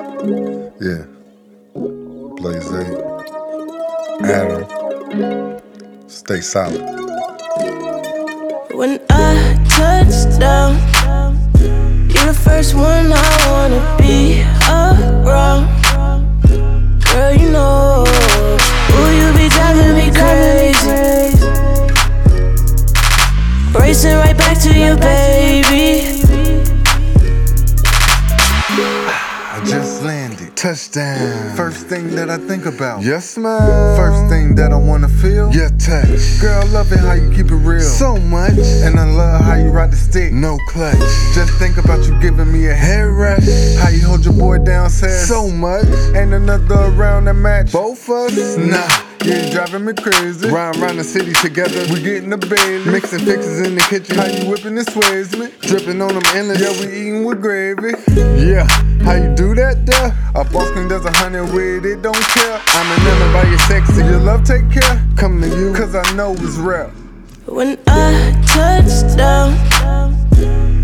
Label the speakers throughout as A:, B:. A: Yeah. Blaze eight. Adam. Stay solid.
B: When I touch down, you're the first one I wanna be around. Girl, you know, ooh, you be driving me crazy. Racing right back to you, baby.
A: I just landed. Touchdown. First thing that I think about. Yes, man. First thing that I wanna feel. Your touch. Girl, I love it how you keep it real. So much. And I love how you ride the stick. No clutch. Just think about you giving me a head rush. How you hold your boy down, says. So much. Ain't another round that match. Both us? Nah. Yeah, you driving me crazy. Round round the city together, we getting the Bailey. Mixing fixes in the kitchen. How you whipping this sways me? Dripping on them endless. Yeah, we eating with gravy. Yeah, how you do that there? A boss clean does a hundred with it, don't care. I'm enamored by your sexy. Your love take care. Come to you, cause I know it's real.
B: When I touch down,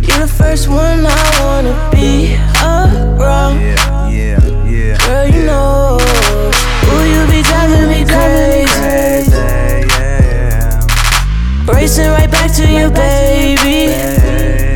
B: you're the first one I wanna be around.
C: Yeah, yeah, yeah.
B: Girl, you know, ooh, you be driving me
C: Crazy,
B: crazy.
C: yeah,
B: Racing right back to you, baby.
C: yeah.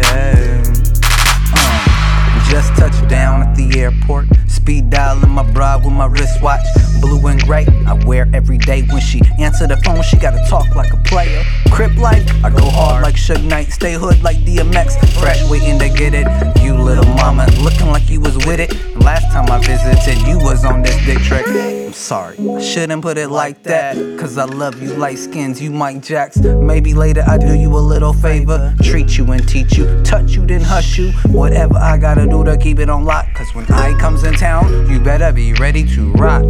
C: Uh, Just touched down at the airport. Speed dialing my bra with my wristwatch. Blue and gray, I wear every day. When she answer the phone, she gotta talk like a player. Crip life, I go hard like Suge Knight. Stay hood like DMX. Fresh waiting to get it. You little mama, looking like you was with it. Last time I visited, you was on this dick trick. I'm sorry, I shouldn't put it like that. Cause I love you light skins, you Mike Jacks. Maybe later I do you a little favor. Treat you and teach you, touch you then hush you. Whatever I gotta do to keep it on lock. Cause when I comes in town, you better be ready to rock.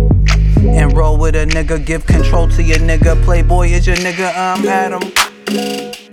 C: And roll with a nigga, give control to your nigga. Playboy is your nigga, I'm Adam.